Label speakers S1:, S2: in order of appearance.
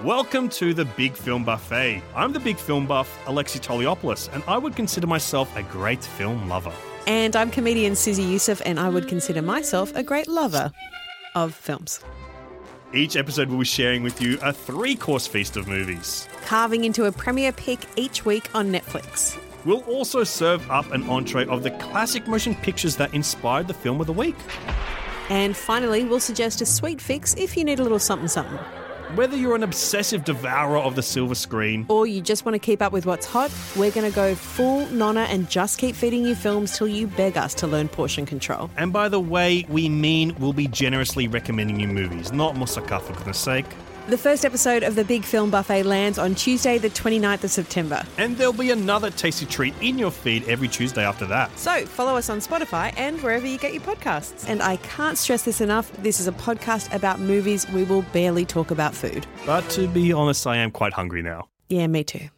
S1: Welcome to the Big Film Buffet. I'm the big film buff, Alexi Toliopoulos, and I would consider myself a great film lover.
S2: And I'm comedian Susie Youssef, and I would consider myself a great lover of films.
S1: Each episode, we'll be sharing with you a three course feast of movies.
S2: Carving into a premiere pick each week on Netflix.
S1: We'll also serve up an entree of the classic motion pictures that inspired the film of the week.
S2: And finally, we'll suggest a sweet fix if you need a little something something.
S1: Whether you're an obsessive devourer of the silver screen,
S2: Or you just want to keep up with what's hot, we're going to go full nonna and just keep feeding you films till you beg us to learn portion control.
S1: and by the way, we mean we'll be generously recommending you movies, not Moussaka for goodness sake.
S2: The first episode of the Big Film Buffet lands on Tuesday, the 29th of September.
S1: And there'll be another tasty treat in your feed every Tuesday after that.
S2: So follow us on Spotify and wherever you get your podcasts. And I can't stress this enough this is a podcast about movies. We will barely talk about food.
S1: But to be honest, I am quite hungry now.
S2: Yeah, me too.